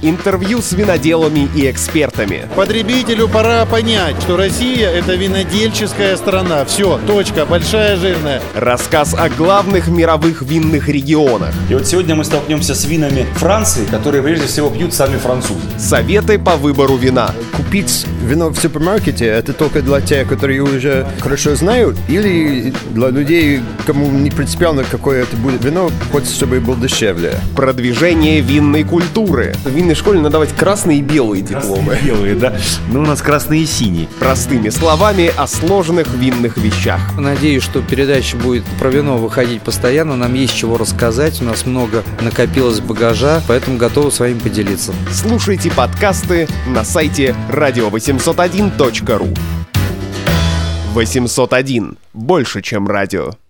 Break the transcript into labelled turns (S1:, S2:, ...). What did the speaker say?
S1: Интервью с виноделами и экспертами.
S2: Потребителю пора понять, что Россия – это винодельческая страна. Все, точка, большая жирная.
S1: Рассказ о главных мировых винных регионах.
S3: И вот сегодня мы столкнемся с винами Франции, которые прежде всего пьют сами французы.
S1: Советы по выбору вина.
S4: Купить вино в супермаркете – это только для тех, которые уже хорошо знают, или для людей, кому не принципиально, какое это будет вино, хоть чтобы было дешевле.
S1: Продвижение винной культуры.
S5: В винной школе надо давать красные и белые дипломы.
S3: Белые, да? Ну, у нас красные и синие.
S1: Простыми словами о сложных винных вещах.
S6: Надеюсь, что передача будет про вино выходить постоянно. Нам есть чего рассказать. У нас много накопилось багажа, поэтому готовы с вами поделиться.
S1: Слушайте подкасты на сайте radio801.ru 801. Больше, чем радио.